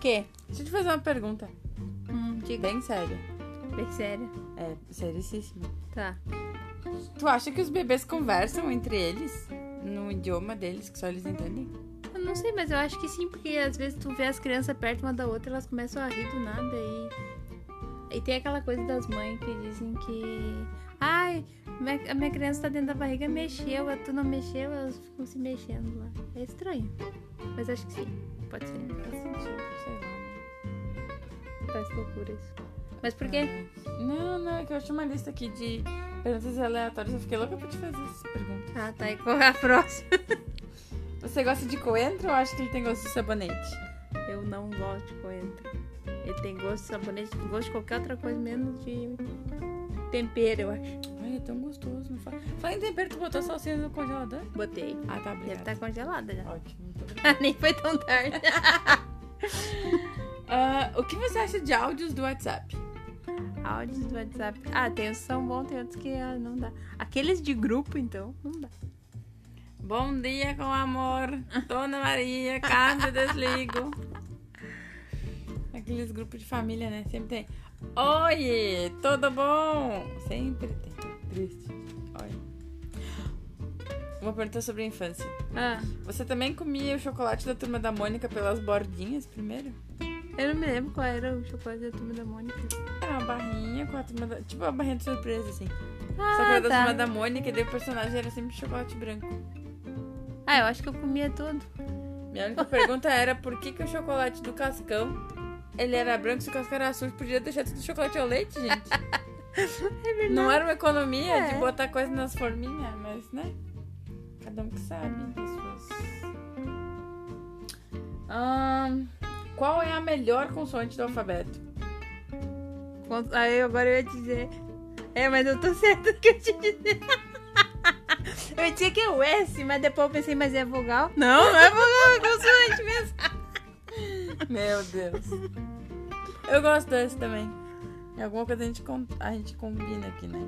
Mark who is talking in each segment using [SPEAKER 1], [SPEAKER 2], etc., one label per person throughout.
[SPEAKER 1] quê?
[SPEAKER 2] Deixa eu te fazer uma pergunta.
[SPEAKER 1] Hum, diga.
[SPEAKER 2] Bem séria.
[SPEAKER 1] Bem séria.
[SPEAKER 2] É, sericíssima.
[SPEAKER 1] Tá.
[SPEAKER 2] Tu acha que os bebês conversam entre eles? No idioma deles, que só eles entendem?
[SPEAKER 1] Eu não sei, mas eu acho que sim, porque às vezes tu vê as crianças perto uma da outra, elas começam a rir do nada e. E tem aquela coisa das mães que dizem que. Ai, minha- a minha criança tá dentro da barriga, mexeu, a tu não mexeu, elas ficam se mexendo lá. É estranho. Mas acho que sim, pode ser. né?
[SPEAKER 2] Faz sentido, sei lá. né?
[SPEAKER 1] Faz loucura isso. Mas por quê?
[SPEAKER 2] Não, não, é que eu achei uma lista aqui de perguntas aleatórias. Eu fiquei louca pra te fazer essa pergunta.
[SPEAKER 1] Ah, tá. E qual é a próxima?
[SPEAKER 2] Você gosta de coentro ou acha que ele tem gosto de sabonete?
[SPEAKER 1] Eu não gosto de coentro. Ele tem gosto de sabonete, gosto de qualquer outra coisa, menos de tempero, eu acho.
[SPEAKER 2] Ai, é tão gostoso. Não fala. fala em tempero, tu botou salsinha no congelador?
[SPEAKER 1] Botei.
[SPEAKER 2] Ah, tá,
[SPEAKER 1] Deve
[SPEAKER 2] obrigada.
[SPEAKER 1] estar congelada já.
[SPEAKER 2] Ótimo. muito obrigada.
[SPEAKER 1] Nem foi tão tarde.
[SPEAKER 2] Ah, o que você acha de áudios do WhatsApp?
[SPEAKER 1] Áudios do WhatsApp. Ah, tem uns que são bons, tem outros que ah, não dá. Aqueles de grupo, então, não dá.
[SPEAKER 2] Bom dia com amor, Dona Maria, casa desligo. Aqueles grupos de família, né? Sempre tem. Oi, tudo bom? Sempre tem. Triste. Oi. Uma pergunta sobre a infância.
[SPEAKER 1] Ah,
[SPEAKER 2] Você também comia o chocolate da turma da Mônica pelas bordinhas primeiro?
[SPEAKER 1] eu não me lembro qual era o chocolate da turma da Mônica.
[SPEAKER 2] Era uma barrinha com a turma da. Tipo uma barrinha de surpresa, assim.
[SPEAKER 1] Ah,
[SPEAKER 2] Só que era da
[SPEAKER 1] tá.
[SPEAKER 2] turma da Mônica e daí o personagem era sempre chocolate branco.
[SPEAKER 1] Ah, eu acho que eu comia tudo.
[SPEAKER 2] Minha única pergunta era por que, que o chocolate do Cascão ele era branco se o Cascão era sujo? Podia deixar tudo chocolate ao leite, gente? Não era uma economia de
[SPEAKER 1] É.
[SPEAKER 2] botar coisa nas forminhas, mas né? Cada um que sabe das suas. Ahn, qual é a melhor consoante do alfabeto?
[SPEAKER 1] Cons- Aí agora Ah, eu ia dizer. É, mas eu tô certa do que eu te dizer. Eu tinha que é o S, mas depois eu pensei, mas é vogal? Não, não é vogal, é consoante mesmo.
[SPEAKER 2] Meu Deus. Eu gosto desse também. É alguma coisa a gente, com- a gente combina aqui, né?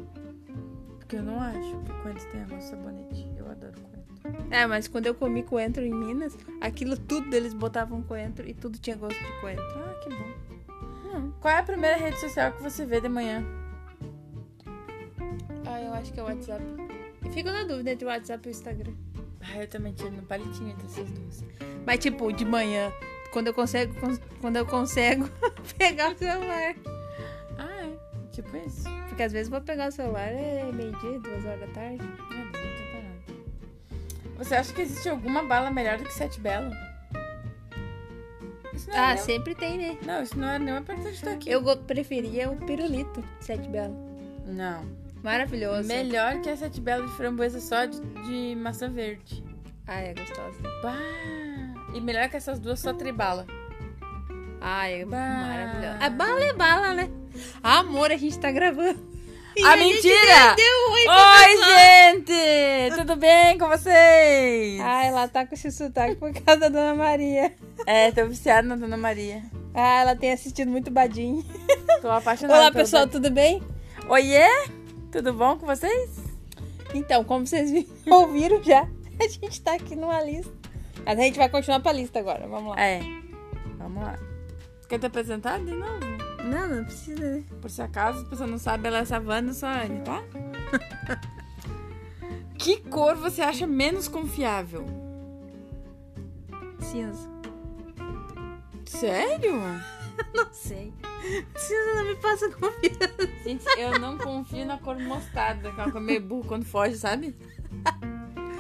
[SPEAKER 2] Porque eu não acho que coentro tem gosto de sabonete. Eu adoro coentro.
[SPEAKER 1] É, mas quando eu comi coentro em Minas, aquilo tudo eles botavam coentro e tudo tinha gosto de coentro.
[SPEAKER 2] Ah, que bom.
[SPEAKER 1] Não.
[SPEAKER 2] Qual é a primeira rede social que você vê de manhã?
[SPEAKER 1] Ah, eu acho que é o WhatsApp. Eu fico na dúvida entre o WhatsApp e o Instagram.
[SPEAKER 2] Ah, eu também tiro no palitinho entre essas duas.
[SPEAKER 1] Mas tipo, de manhã, quando eu consigo, quando eu consigo pegar o celular.
[SPEAKER 2] Ah, é? Tipo isso?
[SPEAKER 1] Porque às vezes eu vou pegar o celular é meio-dia, duas horas da tarde.
[SPEAKER 2] Ah, não tô parada. Você acha que existe alguma bala melhor do que Sete Belo? Isso não,
[SPEAKER 1] Ah,
[SPEAKER 2] é
[SPEAKER 1] sempre tem, né?
[SPEAKER 2] não, isso não é nenhuma pergunta de aqui.
[SPEAKER 1] Eu go- preferia o pirulito Sete Belo.
[SPEAKER 2] Não.
[SPEAKER 1] Maravilhoso.
[SPEAKER 2] Melhor que a Sete Belo de framboesa só de, de maçã verde.
[SPEAKER 1] Ah, é gostosa.
[SPEAKER 2] Bah! E melhor que essas duas só tribala.
[SPEAKER 1] Ah, é
[SPEAKER 2] Bah.
[SPEAKER 1] maravilhoso. A bala é bala, né? amor, a gente tá gravando. E
[SPEAKER 2] Ah,
[SPEAKER 1] a gente
[SPEAKER 2] mentira!
[SPEAKER 1] deu oi pra pessoa.
[SPEAKER 2] Oi, gente! Tudo bem com vocês?
[SPEAKER 1] Ah, ela tá com esse sotaque por causa da Dona Maria.
[SPEAKER 2] É, tô viciada na Dona Maria.
[SPEAKER 1] Ah, ela tem assistido muito Badinho.
[SPEAKER 2] Tô apaixonada.
[SPEAKER 1] Olá,
[SPEAKER 2] pelo
[SPEAKER 1] pessoal, tudo bem?
[SPEAKER 2] Brasil. Oiê! Tudo bom com vocês?
[SPEAKER 1] Então, como vocês vi- ouviram já, a gente tá aqui numa lista. Mas a gente vai continuar pra lista agora, vamos lá.
[SPEAKER 2] É. Vamos lá. Quer te apresentar de novo?
[SPEAKER 1] Não, não precisa, né?
[SPEAKER 2] Por se acaso, se você não sabe, ela é Savana, sou a Anne, tá? que cor você acha menos confiável?
[SPEAKER 1] Cinza.
[SPEAKER 2] Sério?
[SPEAKER 1] Não sei. Cinza não me passa confiança.
[SPEAKER 2] Gente, eu não confio na cor mostarda, que é uma cor meio burra quando foge, sabe?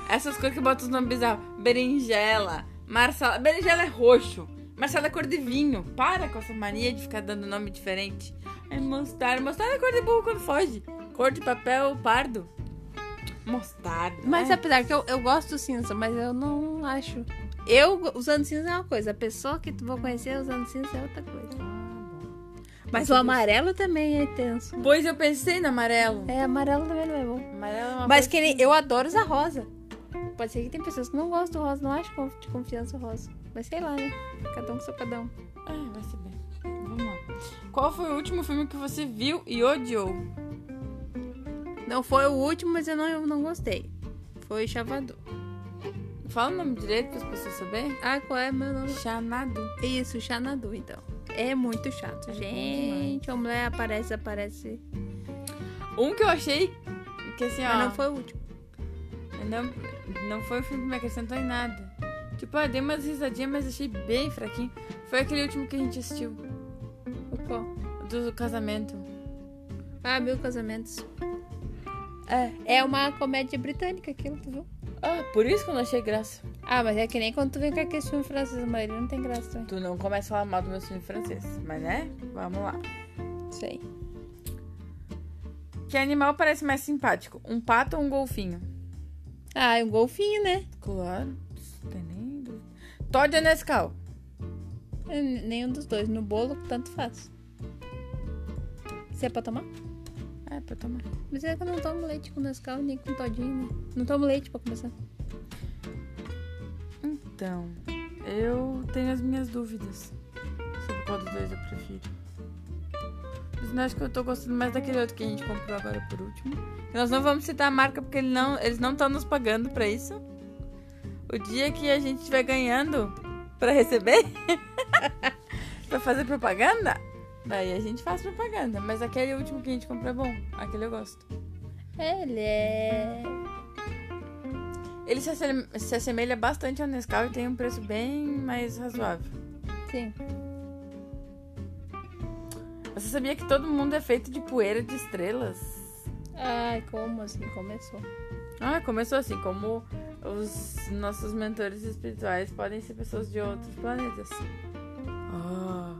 [SPEAKER 2] Essas cores que botam os nomes bizarros. Berinjela, Marcela. Berinjela é roxo. Marcela é cor de vinho. Para com essa mania de ficar dando nome diferente. É mostarda. Mostarda é cor de burro quando foge. Cor de papel pardo. Mostarda.
[SPEAKER 1] Mas
[SPEAKER 2] é.
[SPEAKER 1] apesar que eu, eu gosto do cinza, mas eu não acho. Eu go- usando cinza é uma coisa, a pessoa que tu vou conhecer usando cinza é outra coisa. Mas o amarelo também é tenso.
[SPEAKER 2] Pois eu pensei no amarelo.
[SPEAKER 1] É, amarelo também não é bom.
[SPEAKER 2] Amarelo é uma
[SPEAKER 1] Mas
[SPEAKER 2] cor-
[SPEAKER 1] que nem- eu adoro usar rosa. Pode ser que tem pessoas que não gostam do rosa, não acham conf- de confiança o rosa. Mas sei lá, né? Cada um com seu cada um.
[SPEAKER 2] Ah, vai ser bem. Vamos lá. Qual foi o último filme que você viu e odiou?
[SPEAKER 1] Não foi o último, mas eu não, eu não gostei. Foi o Chavador.
[SPEAKER 2] Fala o nome direito para as pessoas saberem.
[SPEAKER 1] Ah, qual é meu nome?
[SPEAKER 2] Xanadu.
[SPEAKER 1] Isso, Xanadu, então. É muito chato.
[SPEAKER 2] É bom
[SPEAKER 1] Gente, a mulher aparece, aparece.
[SPEAKER 2] Um que eu achei que assim, ó.
[SPEAKER 1] Mas não foi o último.
[SPEAKER 2] Não, não foi um filme que me acrescentou em nada. Tipo, eu dei umas risadinhas, mas achei bem fraquinho. Foi aquele último que a gente assistiu,
[SPEAKER 1] O qual?
[SPEAKER 2] do casamento.
[SPEAKER 1] Ah, Mil Casamentos.
[SPEAKER 2] É.
[SPEAKER 1] É uma comédia britânica aquilo, tu viu?
[SPEAKER 2] Ah, por isso que eu não achei graça.
[SPEAKER 1] Ah, mas é que nem quando tu vem com aquele filme francês, a maioria não tem graça também.
[SPEAKER 2] Tu não começa a falar mal do meu filme francês, mas né? Vamos lá.
[SPEAKER 1] Sei.
[SPEAKER 2] Que animal parece mais simpático? Um pato ou um golfinho?
[SPEAKER 1] Ah, é um golfinho, né?
[SPEAKER 2] Claro, não tem nem dúvida. Todd ou Nescau?
[SPEAKER 1] É n- Nenhum dos dois. No bolo, tanto faz. Você é pra tomar?
[SPEAKER 2] É, pra tomar.
[SPEAKER 1] Mas é que eu não tomo leite com Nescau nem com Todinho, né? Não tomo leite pra começar.
[SPEAKER 2] Então, eu tenho as minhas dúvidas sobre qual dos dois eu prefiro. Mas eu acho que eu tô gostando mais é daquele outro que a gente comprou agora por último. Nós não vamos citar a marca porque ele não- eles não estão nos pagando pra isso. O dia que a gente estiver ganhando pra receber, pra fazer propaganda, daí a gente faz propaganda. Mas aquele último que a gente comprou é bom. Aquele eu gosto.
[SPEAKER 1] Ele é.
[SPEAKER 2] Ele se assem- se assemelha bastante ao Nescau e tem um preço bem mais razoável.
[SPEAKER 1] Sim.
[SPEAKER 2] Você sabia que todo mundo é feito de poeira de estrelas?
[SPEAKER 1] Ai, como assim começou?
[SPEAKER 2] Ah, começou assim, como os nossos mentores espirituais podem ser pessoas de outros planetas. Ah,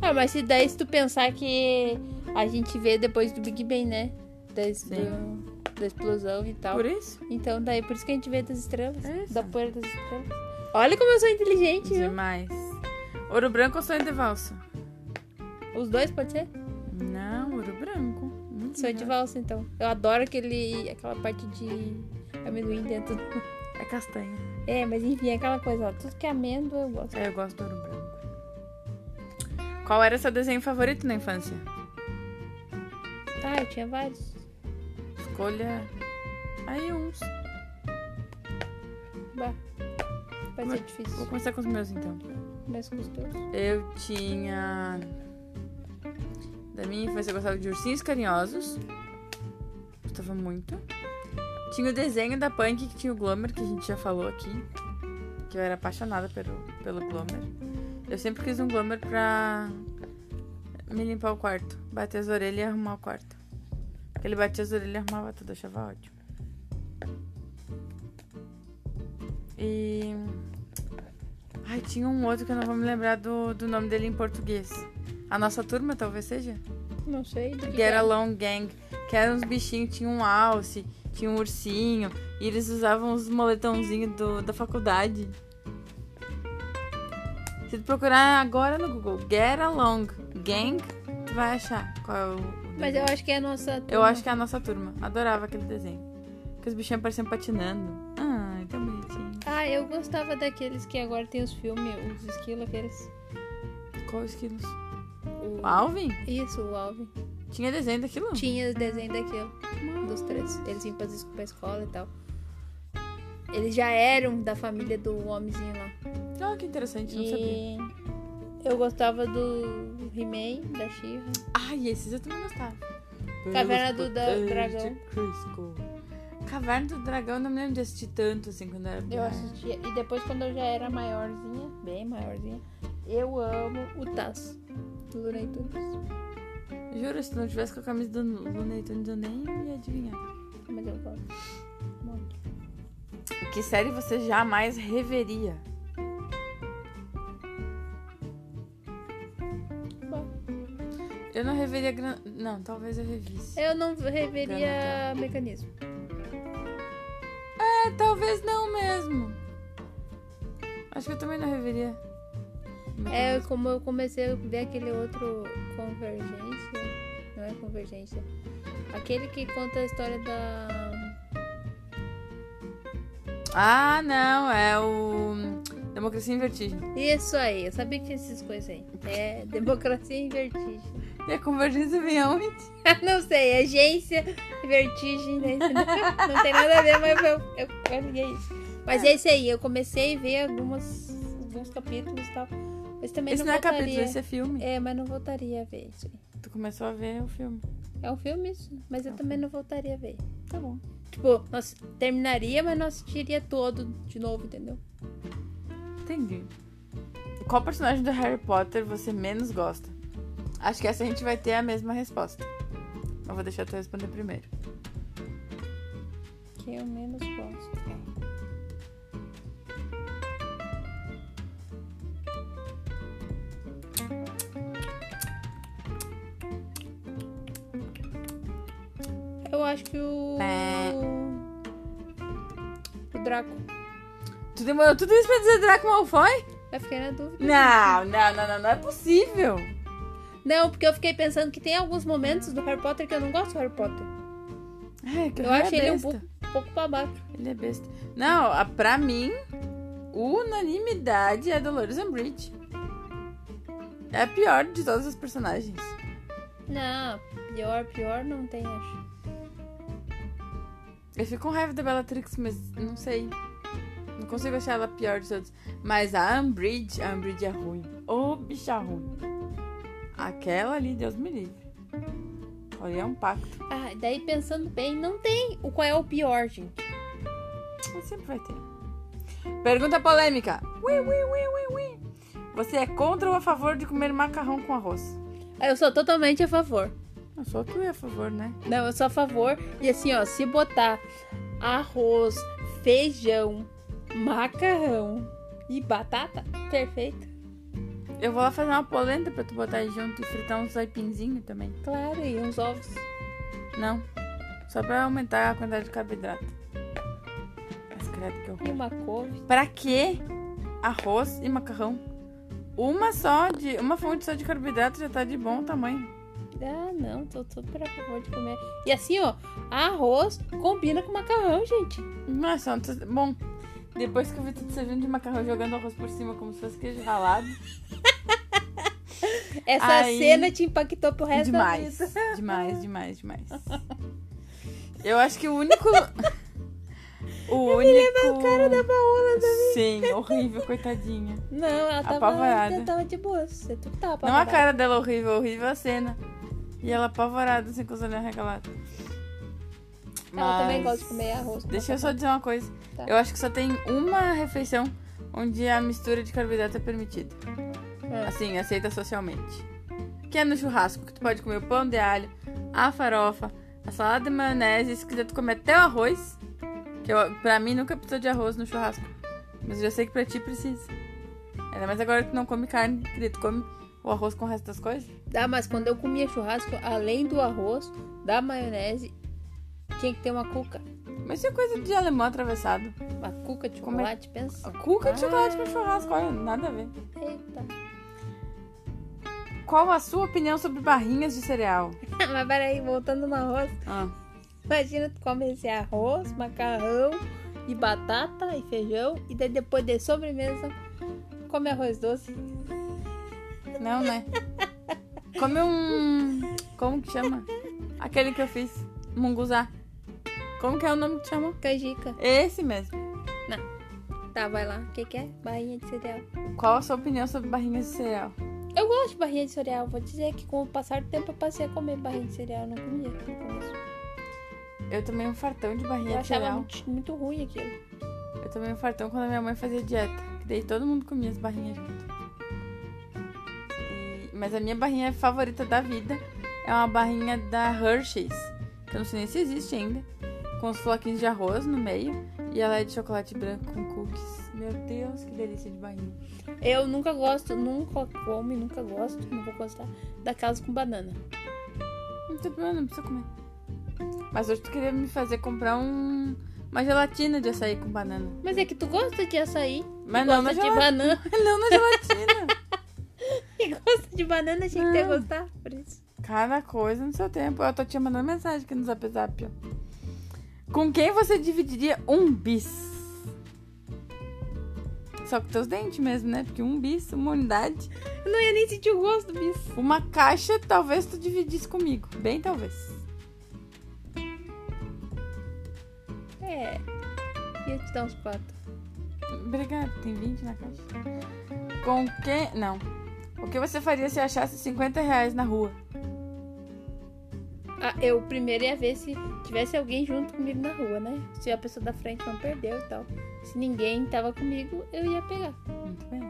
[SPEAKER 1] Ah, mas se daí se tu pensar que a gente vê depois do Big Bang, né? Da, es-
[SPEAKER 2] Sim.
[SPEAKER 1] do- da explosão e tal.
[SPEAKER 2] por isso?
[SPEAKER 1] Então daí por isso que a gente vê das estrelas.
[SPEAKER 2] É isso.
[SPEAKER 1] Da poeira das estrelas. Olha como eu sou inteligente, viu?
[SPEAKER 2] Demais. Ouro branco ou sonho de valsa?
[SPEAKER 1] Os dois pode ser?
[SPEAKER 2] Não, ouro branco. Hum, Muito
[SPEAKER 1] Sou de
[SPEAKER 2] melhor.
[SPEAKER 1] valsa, então. Eu adoro aquele, aquela parte de amendoim dentro. do-
[SPEAKER 2] É castanha.
[SPEAKER 1] É, mas enfim, é aquela coisa, ó. Tudo que é amêndoa eu gosto.
[SPEAKER 2] É, eu gosto do ouro branco. Qual era seu desenho favorito na infância?
[SPEAKER 1] Ah, eu tinha vários.
[SPEAKER 2] Escolha aí uns.
[SPEAKER 1] Bah. Vai
[SPEAKER 2] Mas-
[SPEAKER 1] ser
[SPEAKER 2] Vou
[SPEAKER 1] difícil,
[SPEAKER 2] começar com os meus então.
[SPEAKER 1] mas custoso.
[SPEAKER 2] Eu tinha. Da minha infância eu gostava de ursinhos carinhosos. Gostava muito. Tinha o desenho da Punk que tinha o Glomer, que a gente já falou aqui. Que eu era apaixonada pelo, pelo Glomer. Eu sempre quis um Glomer pra me limpar o quarto. Bater as orelhas e arrumar o quarto. Porque ele batia as orelhas e arrumava tudo, eu achava ótimo. E. Ai, tinha um outro que eu não vou me lembrar do, do nome dele em português. A nossa turma, talvez seja?
[SPEAKER 1] Não sei. do que que
[SPEAKER 2] Get
[SPEAKER 1] é.
[SPEAKER 2] Along Gang. Que eram uns bichinhos, tinha um alce, tinha um ursinho. E eles usavam os moletãozinhos do- da faculdade. Se tu procurar agora no Google, Get Along Gang, tu vai achar qual é o... o
[SPEAKER 1] Mas
[SPEAKER 2] desenho.
[SPEAKER 1] eu acho que é a nossa.
[SPEAKER 2] Eu acho que é a nossa turma. Adorava aquele desenho. Que os bichinhos pareciam patinando. Ai, tão bonitinho.
[SPEAKER 1] Ah, eu gostava daqueles que agora tem os filmes, os esquilos, aqueles.
[SPEAKER 2] Qual os quilos?
[SPEAKER 1] O...
[SPEAKER 2] O Alvin?
[SPEAKER 1] Isso, o Alvin.
[SPEAKER 2] Tinha desenho daquilo?
[SPEAKER 1] Tinha os desenhos daquilo, dos três. Eles iam pra es- pra escola e tal. Eles já eram da família do homenzinho lá.
[SPEAKER 2] Ah, que interessante, não sabia.
[SPEAKER 1] E eu gostava do He-Man, da She-Ra.
[SPEAKER 2] Ai, esses eu também gostava.
[SPEAKER 1] Caverna do da-
[SPEAKER 2] Pelos poderes
[SPEAKER 1] Dragão.
[SPEAKER 2] de Cusco. Caverna do Dragão, eu não me lembro de assistir tanto assim quando era
[SPEAKER 1] Eu
[SPEAKER 2] pequena.
[SPEAKER 1] assistia. E depois, quando eu já era maiorzinha, bem maiorzinha, eu amo o Taz. do Looney Tunes.
[SPEAKER 2] Juro, se não tivesse com a camisa do Looney Tunes, eu nem ia adivinhar.
[SPEAKER 1] Mas eu gosto. muito.
[SPEAKER 2] Que série você jamais reveria?
[SPEAKER 1] Bom.
[SPEAKER 2] Eu não reveria... Gran... Não, talvez eu revisse.
[SPEAKER 1] Eu não reveria mecanismo.
[SPEAKER 2] É, talvez não mesmo. Acho que eu também não reveria.
[SPEAKER 1] É como eu comecei a ver aquele outro Convergência. Não é Convergência. Aquele que conta a história da.
[SPEAKER 2] Ah, não, é o Democracia em Vertigem.
[SPEAKER 1] Isso aí, eu sabia que tinha essas coisas aí. É Democracia em Vertigem.
[SPEAKER 2] E a É convergência vem aonde?
[SPEAKER 1] não sei, Agência Vertigem, né? Não tem nada a ver, mas eu, eu, eu liguei isso. Mas é isso aí, eu comecei a ver algumas, alguns capítulos e tal. Mas também
[SPEAKER 2] Esse
[SPEAKER 1] não
[SPEAKER 2] não é capítulo,
[SPEAKER 1] voltaria.
[SPEAKER 2] esse é filme.
[SPEAKER 1] É, mas não voltaria a ver isso aí.
[SPEAKER 2] Tu começou a ver o filme.
[SPEAKER 1] É um filme isso, mas eu também não voltaria a ver.
[SPEAKER 2] Tá bom.
[SPEAKER 1] Tipo, nós terminaria, mas não assistiria todo de novo, entendeu?
[SPEAKER 2] Entendi. Qual personagem do Harry Potter você menos gosta? Acho que essa a gente vai ter a mesma resposta. Eu vou deixar tu responder primeiro.
[SPEAKER 1] Que eu menos gosto. Eu acho que o.
[SPEAKER 2] É.
[SPEAKER 1] O Draco.
[SPEAKER 2] Tu demorou tudo isso pra dizer Draco Malfoy?
[SPEAKER 1] Eu fiquei na dúvida.
[SPEAKER 2] Não, não, não, não, não é possível.
[SPEAKER 1] Não, porque eu fiquei pensando que tem alguns momentos do Harry Potter que eu não gosto do Harry Potter.
[SPEAKER 2] É, que o
[SPEAKER 1] Eu
[SPEAKER 2] Harry
[SPEAKER 1] acho
[SPEAKER 2] é
[SPEAKER 1] ele um
[SPEAKER 2] besta.
[SPEAKER 1] pouco, pouco babaca.
[SPEAKER 2] Ele é besta. Não, a- pra mim, unanimidade é Dolores Umbridge. É a pior de todos os personagens.
[SPEAKER 1] Não, pior, pior não tem, acho.
[SPEAKER 2] Eu fico com raiva da Bellatrix, mas não sei. Não consigo achar ela a pior de todos. Mas a Umbridge, a Umbridge é ruim. Ô, bicha ruim. Aquela ali, Deus me livre. Olha, é um pacto.
[SPEAKER 1] Ah, daí pensando bem, não tem o qual é o pior, gente.
[SPEAKER 2] Mas sempre vai ter. Pergunta polêmica. Ui, ui, ui, ui, ui. Você é contra ou a favor de comer macarrão com arroz?
[SPEAKER 1] Ah, Eu sou totalmente a favor.
[SPEAKER 2] Eu sou tu é a favor, né?
[SPEAKER 1] Não, eu sou a favor. E assim, ó, se botar arroz, feijão, macarrão e batata, perfeito.
[SPEAKER 2] Eu vou lá fazer uma polenta pra tu botar aí junto e fritar uns aipinzinhos também.
[SPEAKER 1] Claro, e uns ovos.
[SPEAKER 2] Não. Só pra aumentar a quantidade de carboidrato. Mas credo que
[SPEAKER 1] E
[SPEAKER 2] horror.
[SPEAKER 1] uma couve.
[SPEAKER 2] Pra que arroz e macarrão? Uma só de. Uma fonte só de carboidrato já tá de bom tamanho.
[SPEAKER 1] Ah, não, tô super a favor de comer. E assim, ó, arroz combina com macarrão, gente.
[SPEAKER 2] Nossa, bom. Depois que eu vi tudo servindo de macarrão jogando arroz por cima como se fosse queijo ralado.
[SPEAKER 1] Essa
[SPEAKER 2] Aí-
[SPEAKER 1] cena te impactou pro resto
[SPEAKER 2] demais.
[SPEAKER 1] da vida.
[SPEAKER 2] Demais, demais, demais. Eu acho que o único. o único. o cara da Paola também. Sim, horrível, coitadinha.
[SPEAKER 1] Não, ela tava,
[SPEAKER 2] Apavorada.
[SPEAKER 1] ela tava de boa. Você tu tava
[SPEAKER 2] Não a
[SPEAKER 1] apavorada.
[SPEAKER 2] cara dela horrível, horrível a cena. E ela apavorada, assim, com os olhos arregalados.
[SPEAKER 1] Ela também
[SPEAKER 2] Mas-
[SPEAKER 1] gosta de comer arroz com
[SPEAKER 2] Deixa eu só
[SPEAKER 1] macarrão.
[SPEAKER 2] dizer uma coisa.
[SPEAKER 1] Tá.
[SPEAKER 2] Eu acho que só tem uma refeição onde a mistura de carboidrato é permitida.
[SPEAKER 1] Ah.
[SPEAKER 2] Assim, aceita socialmente. Que é no churrasco, que tu pode comer o pão de alho, a farofa, a salada de maionese, se quiser tu comer até o arroz. Que eu, pra mim nunca precisou de arroz no churrasco. Mas eu já sei que pra ti precisa. Ainda mais agora que tu não come carne, que daí tu come o arroz com o resto das coisas.
[SPEAKER 1] Tá, mas quando eu comia churrasco, além do arroz, da maionese, tinha que ter uma cuca.
[SPEAKER 2] Mas isso é coisa de alemão atravessado.
[SPEAKER 1] Uma cuca de
[SPEAKER 2] Como é-
[SPEAKER 1] chocolate, pensa.
[SPEAKER 2] Cuca de
[SPEAKER 1] Ah.
[SPEAKER 2] chocolate com churrasco, olha, nada a ver.
[SPEAKER 1] Eita.
[SPEAKER 2] Qual a sua opinião sobre barrinhas de cereal?
[SPEAKER 1] mas peraí, voltando no arroz.
[SPEAKER 2] Ah.
[SPEAKER 1] Imagina tu come esse arroz, macarrão e batata e feijão. E daí depois de sobremesa, come arroz doce.
[SPEAKER 2] Não, né? Come um. Como que chama? Aquele que eu fiz. Munguzá. Como que é o nome que chama?
[SPEAKER 1] Canjica.
[SPEAKER 2] Esse mesmo.
[SPEAKER 1] Tá, vai lá. O que que é? Barrinha de cereal.
[SPEAKER 2] Qual a sua opinião sobre barrinhas de cereal?
[SPEAKER 1] Eu gosto de barrinha de cereal. Vou dizer que com o passar do tempo eu passei a comer barrinha de cereal. Não comia no começo.
[SPEAKER 2] Eu tomei um fartão de barrinha
[SPEAKER 1] Eu
[SPEAKER 2] de
[SPEAKER 1] achava
[SPEAKER 2] cereal.
[SPEAKER 1] muito, muito ruim aquilo.
[SPEAKER 2] Eu tomei um fartão quando a minha mãe fazia dieta. Que daí todo mundo comia as barrinhas junto. E- Mas a minha barrinha favorita da vida é uma barrinha da Hershey's. Que eu não sei nem se existe ainda. Com os floquinhos de arroz no meio. E ela é de chocolate branco com cookies. Meu Deus, que delícia de barrinha.
[SPEAKER 1] Eu nunca gosto, nunca como e nunca gosto, não vou gostar, daquelas com banana.
[SPEAKER 2] Não tem problema, não precisa comer. Mas hoje tu queria me fazer comprar um... uma gelatina de açaí com banana.
[SPEAKER 1] Mas é que tu gosta de açaí,
[SPEAKER 2] Mas Ah, não
[SPEAKER 1] gosta
[SPEAKER 2] na,
[SPEAKER 1] de
[SPEAKER 2] gelatina.
[SPEAKER 1] banana.
[SPEAKER 2] não na gelatina.
[SPEAKER 1] E gosta de banana, tinha que ter
[SPEAKER 2] Não.
[SPEAKER 1] gostado por isso.
[SPEAKER 2] Cada coisa no seu tempo. Eu tô te mandando mensagem aqui no Zap Zap. ó. Com quem você dividiria um bis? Só com teus dentes mesmo, né? Porque um bis, uma unidade.
[SPEAKER 1] Eu não ia nem sentir o gosto do bicho.
[SPEAKER 2] Uma caixa, talvez tu dividisse comigo. Bem, talvez.
[SPEAKER 1] É, ia te dar uns patos.
[SPEAKER 2] Obrigada, tem 20 na caixa. Com quem. Não. O que você faria se achasse 50 reais na rua?
[SPEAKER 1] Ah, eu primeiro ia ver se tivesse alguém junto comigo na rua, né? Se a pessoa da frente não perdeu e tal. Se ninguém tava comigo, eu ia pegar.
[SPEAKER 2] Muito bem.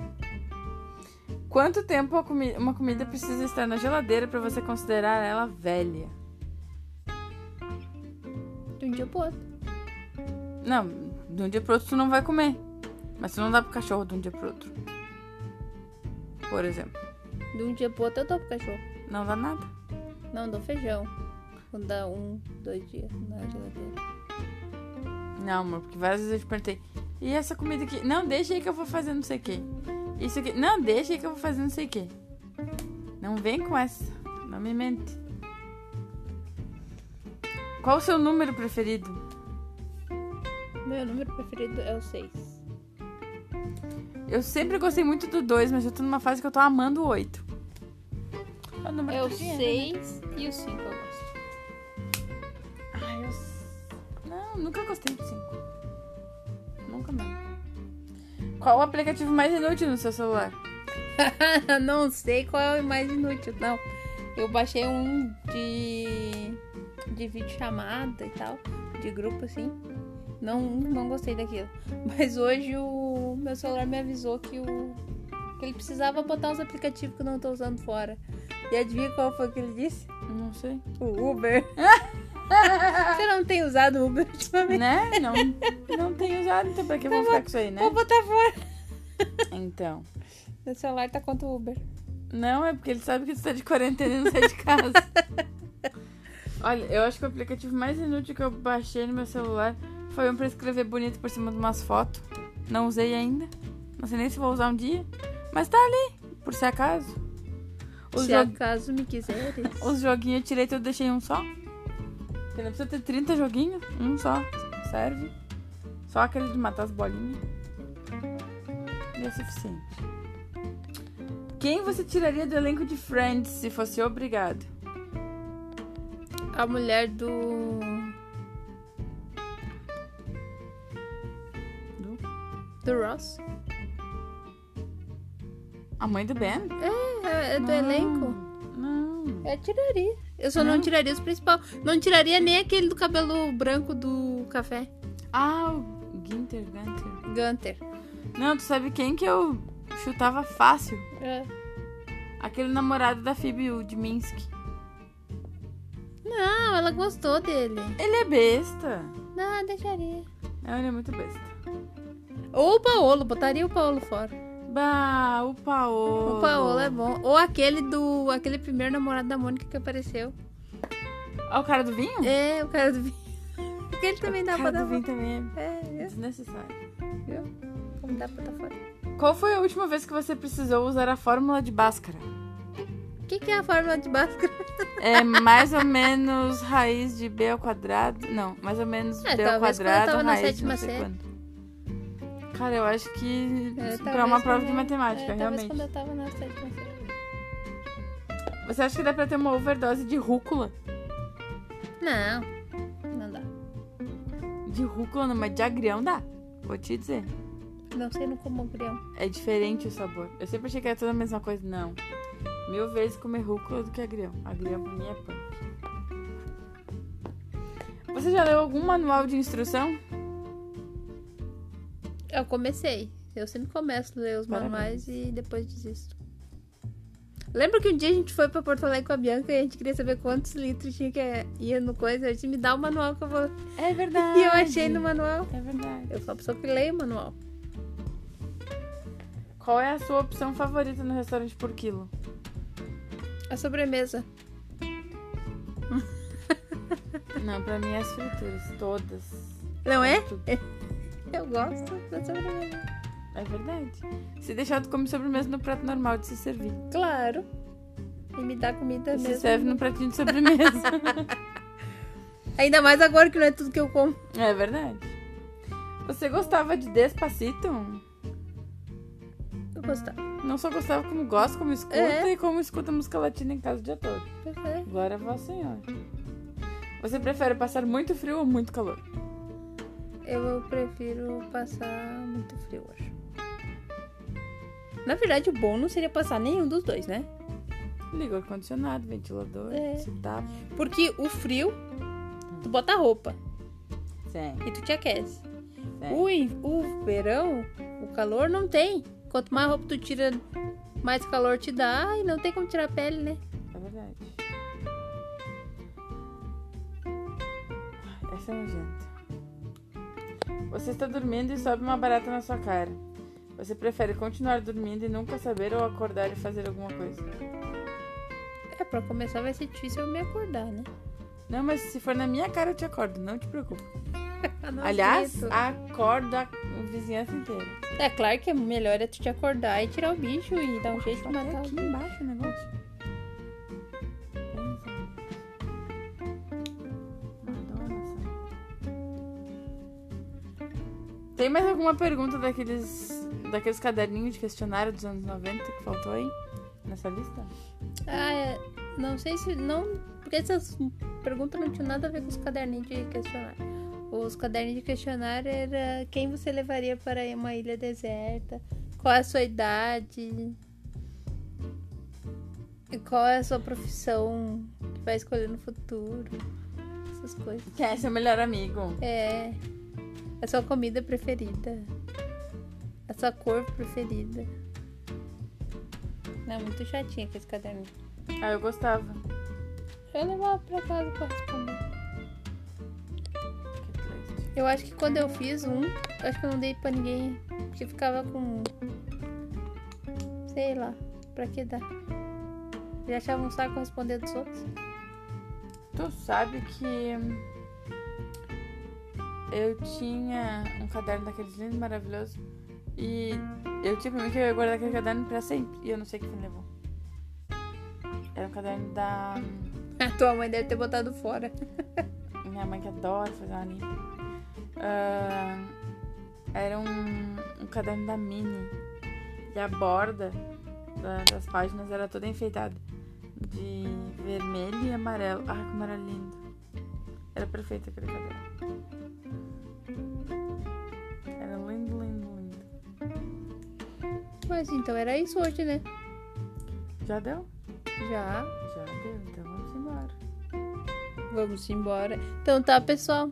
[SPEAKER 2] Quanto tempo a comi- uma comida precisa estar na geladeira para você considerar ela velha?
[SPEAKER 1] De um dia pro outro.
[SPEAKER 2] Não, de um dia pro outro tu não vai comer. Mas tu não dá pro cachorro de um dia pro outro. Por exemplo.
[SPEAKER 1] De um dia pro outro eu dou pro cachorro.
[SPEAKER 2] Não dá nada.
[SPEAKER 1] Não, dou feijão. Quando dá um, dois dias na geladeira.
[SPEAKER 2] Não, amor, porque várias vezes eu te perguntei. E essa comida aqui? Não, deixa aí que eu vou fazer não sei o quê. Isso aqui. Não, deixa aí que eu vou fazer não sei o quê. Não vem com essa. Não me mente. Qual o seu número preferido?
[SPEAKER 1] Meu número preferido é o 6.
[SPEAKER 2] Eu sempre gostei muito do 2, mas eu tô numa fase que eu tô amando o 8. É o número
[SPEAKER 1] É o
[SPEAKER 2] que tinha, né?
[SPEAKER 1] 6 e o 5 eu gosto.
[SPEAKER 2] Ai, eu... s- Não, nunca gostei do 5. Nunca mesmo. Qual o aplicativo mais inútil no seu celular?
[SPEAKER 1] Eu não sei qual é o mais inútil, não. Eu baixei um de. de vídeo chamada e tal, de grupo assim. Não, não gostei daquilo. Mas hoje o meu celular me avisou que o. que ele precisava botar uns aplicativos que eu não tô usando fora. E adivinha qual foi que ele disse?
[SPEAKER 2] Não sei.
[SPEAKER 1] O Uber. Você não tem usado o Uber ultimamente?
[SPEAKER 2] Né? Não, não tenho usado, então pra que eu vou ficar com isso aí, né?
[SPEAKER 1] Vou botar fora.
[SPEAKER 2] Então.
[SPEAKER 1] Meu celular tá contra o Uber.
[SPEAKER 2] Não, é porque ele sabe que tu tá de quarentena e não sai de casa. Olha, eu acho que o aplicativo mais inútil que eu baixei no meu celular foi um pra escrever bonito por cima de umas fotos. Não usei ainda. Não sei nem se vou usar um dia. Mas tá ali, por se acaso. Os,
[SPEAKER 1] Se
[SPEAKER 2] jo-
[SPEAKER 1] acaso me quiseres.
[SPEAKER 2] os joguinhos eu tirei, então eu deixei um só. Porque não precisa ter 30 joguinhos, um só. Serve. Só aquele de matar as bolinhas. E é suficiente. Quem você tiraria do elenco de Friends se fosse obrigado?
[SPEAKER 1] A mulher do.
[SPEAKER 2] Do?
[SPEAKER 1] Do Ross?
[SPEAKER 2] A mãe do Ben?
[SPEAKER 1] É, é do
[SPEAKER 2] Não,
[SPEAKER 1] elenco?
[SPEAKER 2] Não.
[SPEAKER 1] Eu tiraria. Eu só não.
[SPEAKER 2] Não?
[SPEAKER 1] tiraria os principais. Não tiraria nem aquele do cabelo branco do café.
[SPEAKER 2] Ah, o Ginter, Gunter.
[SPEAKER 1] Gunter.
[SPEAKER 2] Não, tu sabe quem que eu chutava fácil?
[SPEAKER 1] É.
[SPEAKER 2] Aquele namorado da Phoebe, o de Minsk.
[SPEAKER 1] Não, Ah, ela gostou dele.
[SPEAKER 2] Ele é besta.
[SPEAKER 1] Não, deixaria.
[SPEAKER 2] Não, ele é muito besta.
[SPEAKER 1] Ou o Paolo, botaria o Paolo fora.
[SPEAKER 2] Bah, o Paolo.
[SPEAKER 1] O Paolo é bom. Ou aquele do. aquele primeiro namorado da Mônica que apareceu.
[SPEAKER 2] Ah, o cara do vinho?
[SPEAKER 1] É, o cara do vinho. Porque ele também dá pra
[SPEAKER 2] cara
[SPEAKER 1] dar
[SPEAKER 2] do vinho
[SPEAKER 1] fora.
[SPEAKER 2] também é
[SPEAKER 1] É,
[SPEAKER 2] desnecessário.
[SPEAKER 1] viu? Como dá pra dar fora.
[SPEAKER 2] Qual foi a última vez que você precisou usar a fórmula de Bhaskara?
[SPEAKER 1] O que, que é a fórmula de Bhaskara?
[SPEAKER 2] É mais ou menos raiz de B ao quadrado. Não, mais ou menos
[SPEAKER 1] É,
[SPEAKER 2] B ao
[SPEAKER 1] talvez quando eu
[SPEAKER 2] quadrado,
[SPEAKER 1] tava na
[SPEAKER 2] raiz de não
[SPEAKER 1] sétima
[SPEAKER 2] sei
[SPEAKER 1] série.
[SPEAKER 2] quanto. Cara, eu acho que pra
[SPEAKER 1] É, talvez
[SPEAKER 2] uma prova
[SPEAKER 1] quando
[SPEAKER 2] de
[SPEAKER 1] eu-
[SPEAKER 2] matemática,
[SPEAKER 1] é, Talvez
[SPEAKER 2] realmente.
[SPEAKER 1] quando eu tava na sétima série.
[SPEAKER 2] Você acha que dá pra ter uma overdose de rúcula?
[SPEAKER 1] Não, não dá.
[SPEAKER 2] De rúcula não, mas de agrião dá. Vou te dizer.
[SPEAKER 1] Não sei no como crião.
[SPEAKER 2] É diferente o sabor. Eu sempre achei que era tudo a mesma coisa. Não. Mil vezes comer rúcula do que agrião. Agrião pra mim é punk. Você já leu algum manual de instrução?
[SPEAKER 1] Eu comecei. Eu sempre começo a ler os
[SPEAKER 2] Parabéns.
[SPEAKER 1] manuais e depois desisto. Lembra que um dia a gente foi pra Porto Alegre com a Bianca e a gente queria saber quantos litros tinha que ir no coisa? A gente me dá o manual que eu vou.
[SPEAKER 2] É verdade.
[SPEAKER 1] E eu achei no manual.
[SPEAKER 2] É verdade.
[SPEAKER 1] Eu sou a pessoa que leio o manual.
[SPEAKER 2] Qual é a sua opção favorita no restaurante por quilo?
[SPEAKER 1] A É sobremesa.
[SPEAKER 2] Não, pra mim é as frituras. Todas.
[SPEAKER 1] Não é?
[SPEAKER 2] Tudo.
[SPEAKER 1] Eu gosto da sobremesa.
[SPEAKER 2] É verdade. Se deixar, tu come sobremesa no prato normal de se servir.
[SPEAKER 1] Claro. E me dá comida
[SPEAKER 2] E se
[SPEAKER 1] mesmo.
[SPEAKER 2] serve no pratinho de sobremesa.
[SPEAKER 1] Ainda mais agora que não é tudo que eu como.
[SPEAKER 2] é verdade. Você gostava de Despacito?
[SPEAKER 1] Eu gostava.
[SPEAKER 2] Não só gostava como gosta, como escuta
[SPEAKER 1] É.
[SPEAKER 2] e como escuta música latina em casa o dia todo.
[SPEAKER 1] Pois é.
[SPEAKER 2] Glória a Vossa Senhora. Você prefere passar muito frio ou muito calor?
[SPEAKER 1] eu prefiro passar muito frio, acho. Na verdade, o bom não seria passar nenhum dos dois, né?
[SPEAKER 2] Liga o ar-condicionado, ventilador,
[SPEAKER 1] É.
[SPEAKER 2] se tá.
[SPEAKER 1] Porque o frio, tu bota a roupa
[SPEAKER 2] Sim,
[SPEAKER 1] e tu te aquece.
[SPEAKER 2] sim.
[SPEAKER 1] O, in- o verão, o calor não tem. Quanto mais roupa tu tira, mais calor te dá e não tem como tirar a pele, né?
[SPEAKER 2] É verdade. Ai, Essa é nojenta. Você está dormindo e sobe uma barata na sua cara. Você prefere continuar dormindo e nunca saber ou acordar e fazer alguma coisa?
[SPEAKER 1] É, pra começar vai ser difícil eu me acordar, né?
[SPEAKER 2] Não, mas se for na minha cara eu te acordo, não te preocupa.
[SPEAKER 1] Ah, não
[SPEAKER 2] Aliás,
[SPEAKER 1] acredito.
[SPEAKER 2] acorda a vizinhança inteira.
[SPEAKER 1] é claro que é melhor é tu te acordar e tirar o bicho e dar um jeito de
[SPEAKER 2] tá Até
[SPEAKER 1] matar o
[SPEAKER 2] aqui
[SPEAKER 1] bicho.
[SPEAKER 2] embaixo o negócio. Madonna, sabe? Tem mais alguma pergunta daqueles, daqueles caderninhos de questionário dos anos 90 que faltou aí? Nessa lista?
[SPEAKER 1] Ah, é, não sei se. não Porque essas perguntas não tinham nada a ver com os caderninhos de questionário. Os caderninhos de questionário era quem você levaria para uma ilha deserta, qual é a sua idade, e qual é a sua profissão que vai escolher no futuro, essas coisas.
[SPEAKER 2] Quem é seu melhor amigo?
[SPEAKER 1] É. A sua comida preferida. A sua cor preferida. Não, é muito chatinha com esse caderninho.
[SPEAKER 2] Ah, eu gostava.
[SPEAKER 1] Eu levava pra casa pra responder.
[SPEAKER 2] Que triste.
[SPEAKER 1] Eu acho que quando eu fiz um, eu acho que eu não dei pra ninguém. Porque ficava com. um, Sei lá, pra que dar? Já achava um saco responder dos outros.
[SPEAKER 2] Tu sabe que hum, eu tinha um caderno daqueles lindos, maravilhoso. E eu tinha pra mim que eu ia guardar aquele caderno pra sempre. E eu não sei quem levou. Era um caderno da hum,
[SPEAKER 1] A tua mãe deve ter botado fora.
[SPEAKER 2] minha mãe que adora fazer uma limpa. Ah, era um, um caderno da Mini. E a borda da- das páginas era toda enfeitada. De vermelho e amarelo. Ai, como era lindo. Era perfeito aquele caderno. Era lindo, lindo, lindo.
[SPEAKER 1] Mas então era isso hoje, né?
[SPEAKER 2] Já deu?
[SPEAKER 1] Já.
[SPEAKER 2] Já deu, então vamos embora.
[SPEAKER 1] Vamos embora. Então tá, pessoal.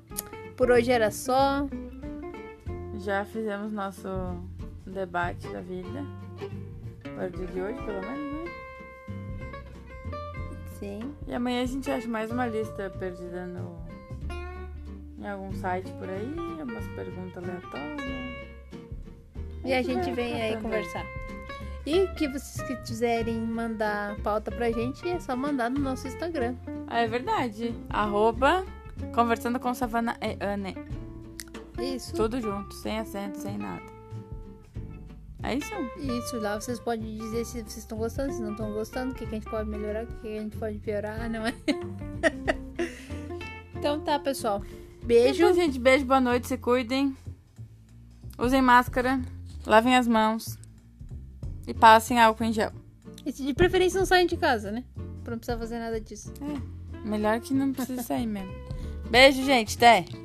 [SPEAKER 1] Por hoje era só.
[SPEAKER 2] Já fizemos nosso debate da vida. Para o dia de hoje, pelo menos, né?
[SPEAKER 1] Sim.
[SPEAKER 2] E amanhã a gente acha mais uma lista perdida no... em algum site por aí, umas perguntas aleatórias.
[SPEAKER 1] E a gente
[SPEAKER 2] vai
[SPEAKER 1] vem aí
[SPEAKER 2] tratando.
[SPEAKER 1] conversar. E que vocês que quiserem mandar pauta pra gente, é só mandar no nosso Instagram.
[SPEAKER 2] Ah, é verdade. Arroba Conversando com Savana e Anne.
[SPEAKER 1] Isso.
[SPEAKER 2] Tudo junto, sem acento, sem nada. É isso?
[SPEAKER 1] Isso, lá vocês podem dizer se vocês estão gostando, se não estão gostando, o que, que a gente pode melhorar, o que, que a gente pode piorar, não é? então tá, pessoal. Beijo.
[SPEAKER 2] Então, gente, beijo, boa noite, se cuidem. Usem máscara, lavem as mãos e passem álcool em gel.
[SPEAKER 1] E se de preferência não saem de casa, né? Pra não precisar fazer nada disso.
[SPEAKER 2] Melhor que não precise sair mesmo. Beijo, gente, até!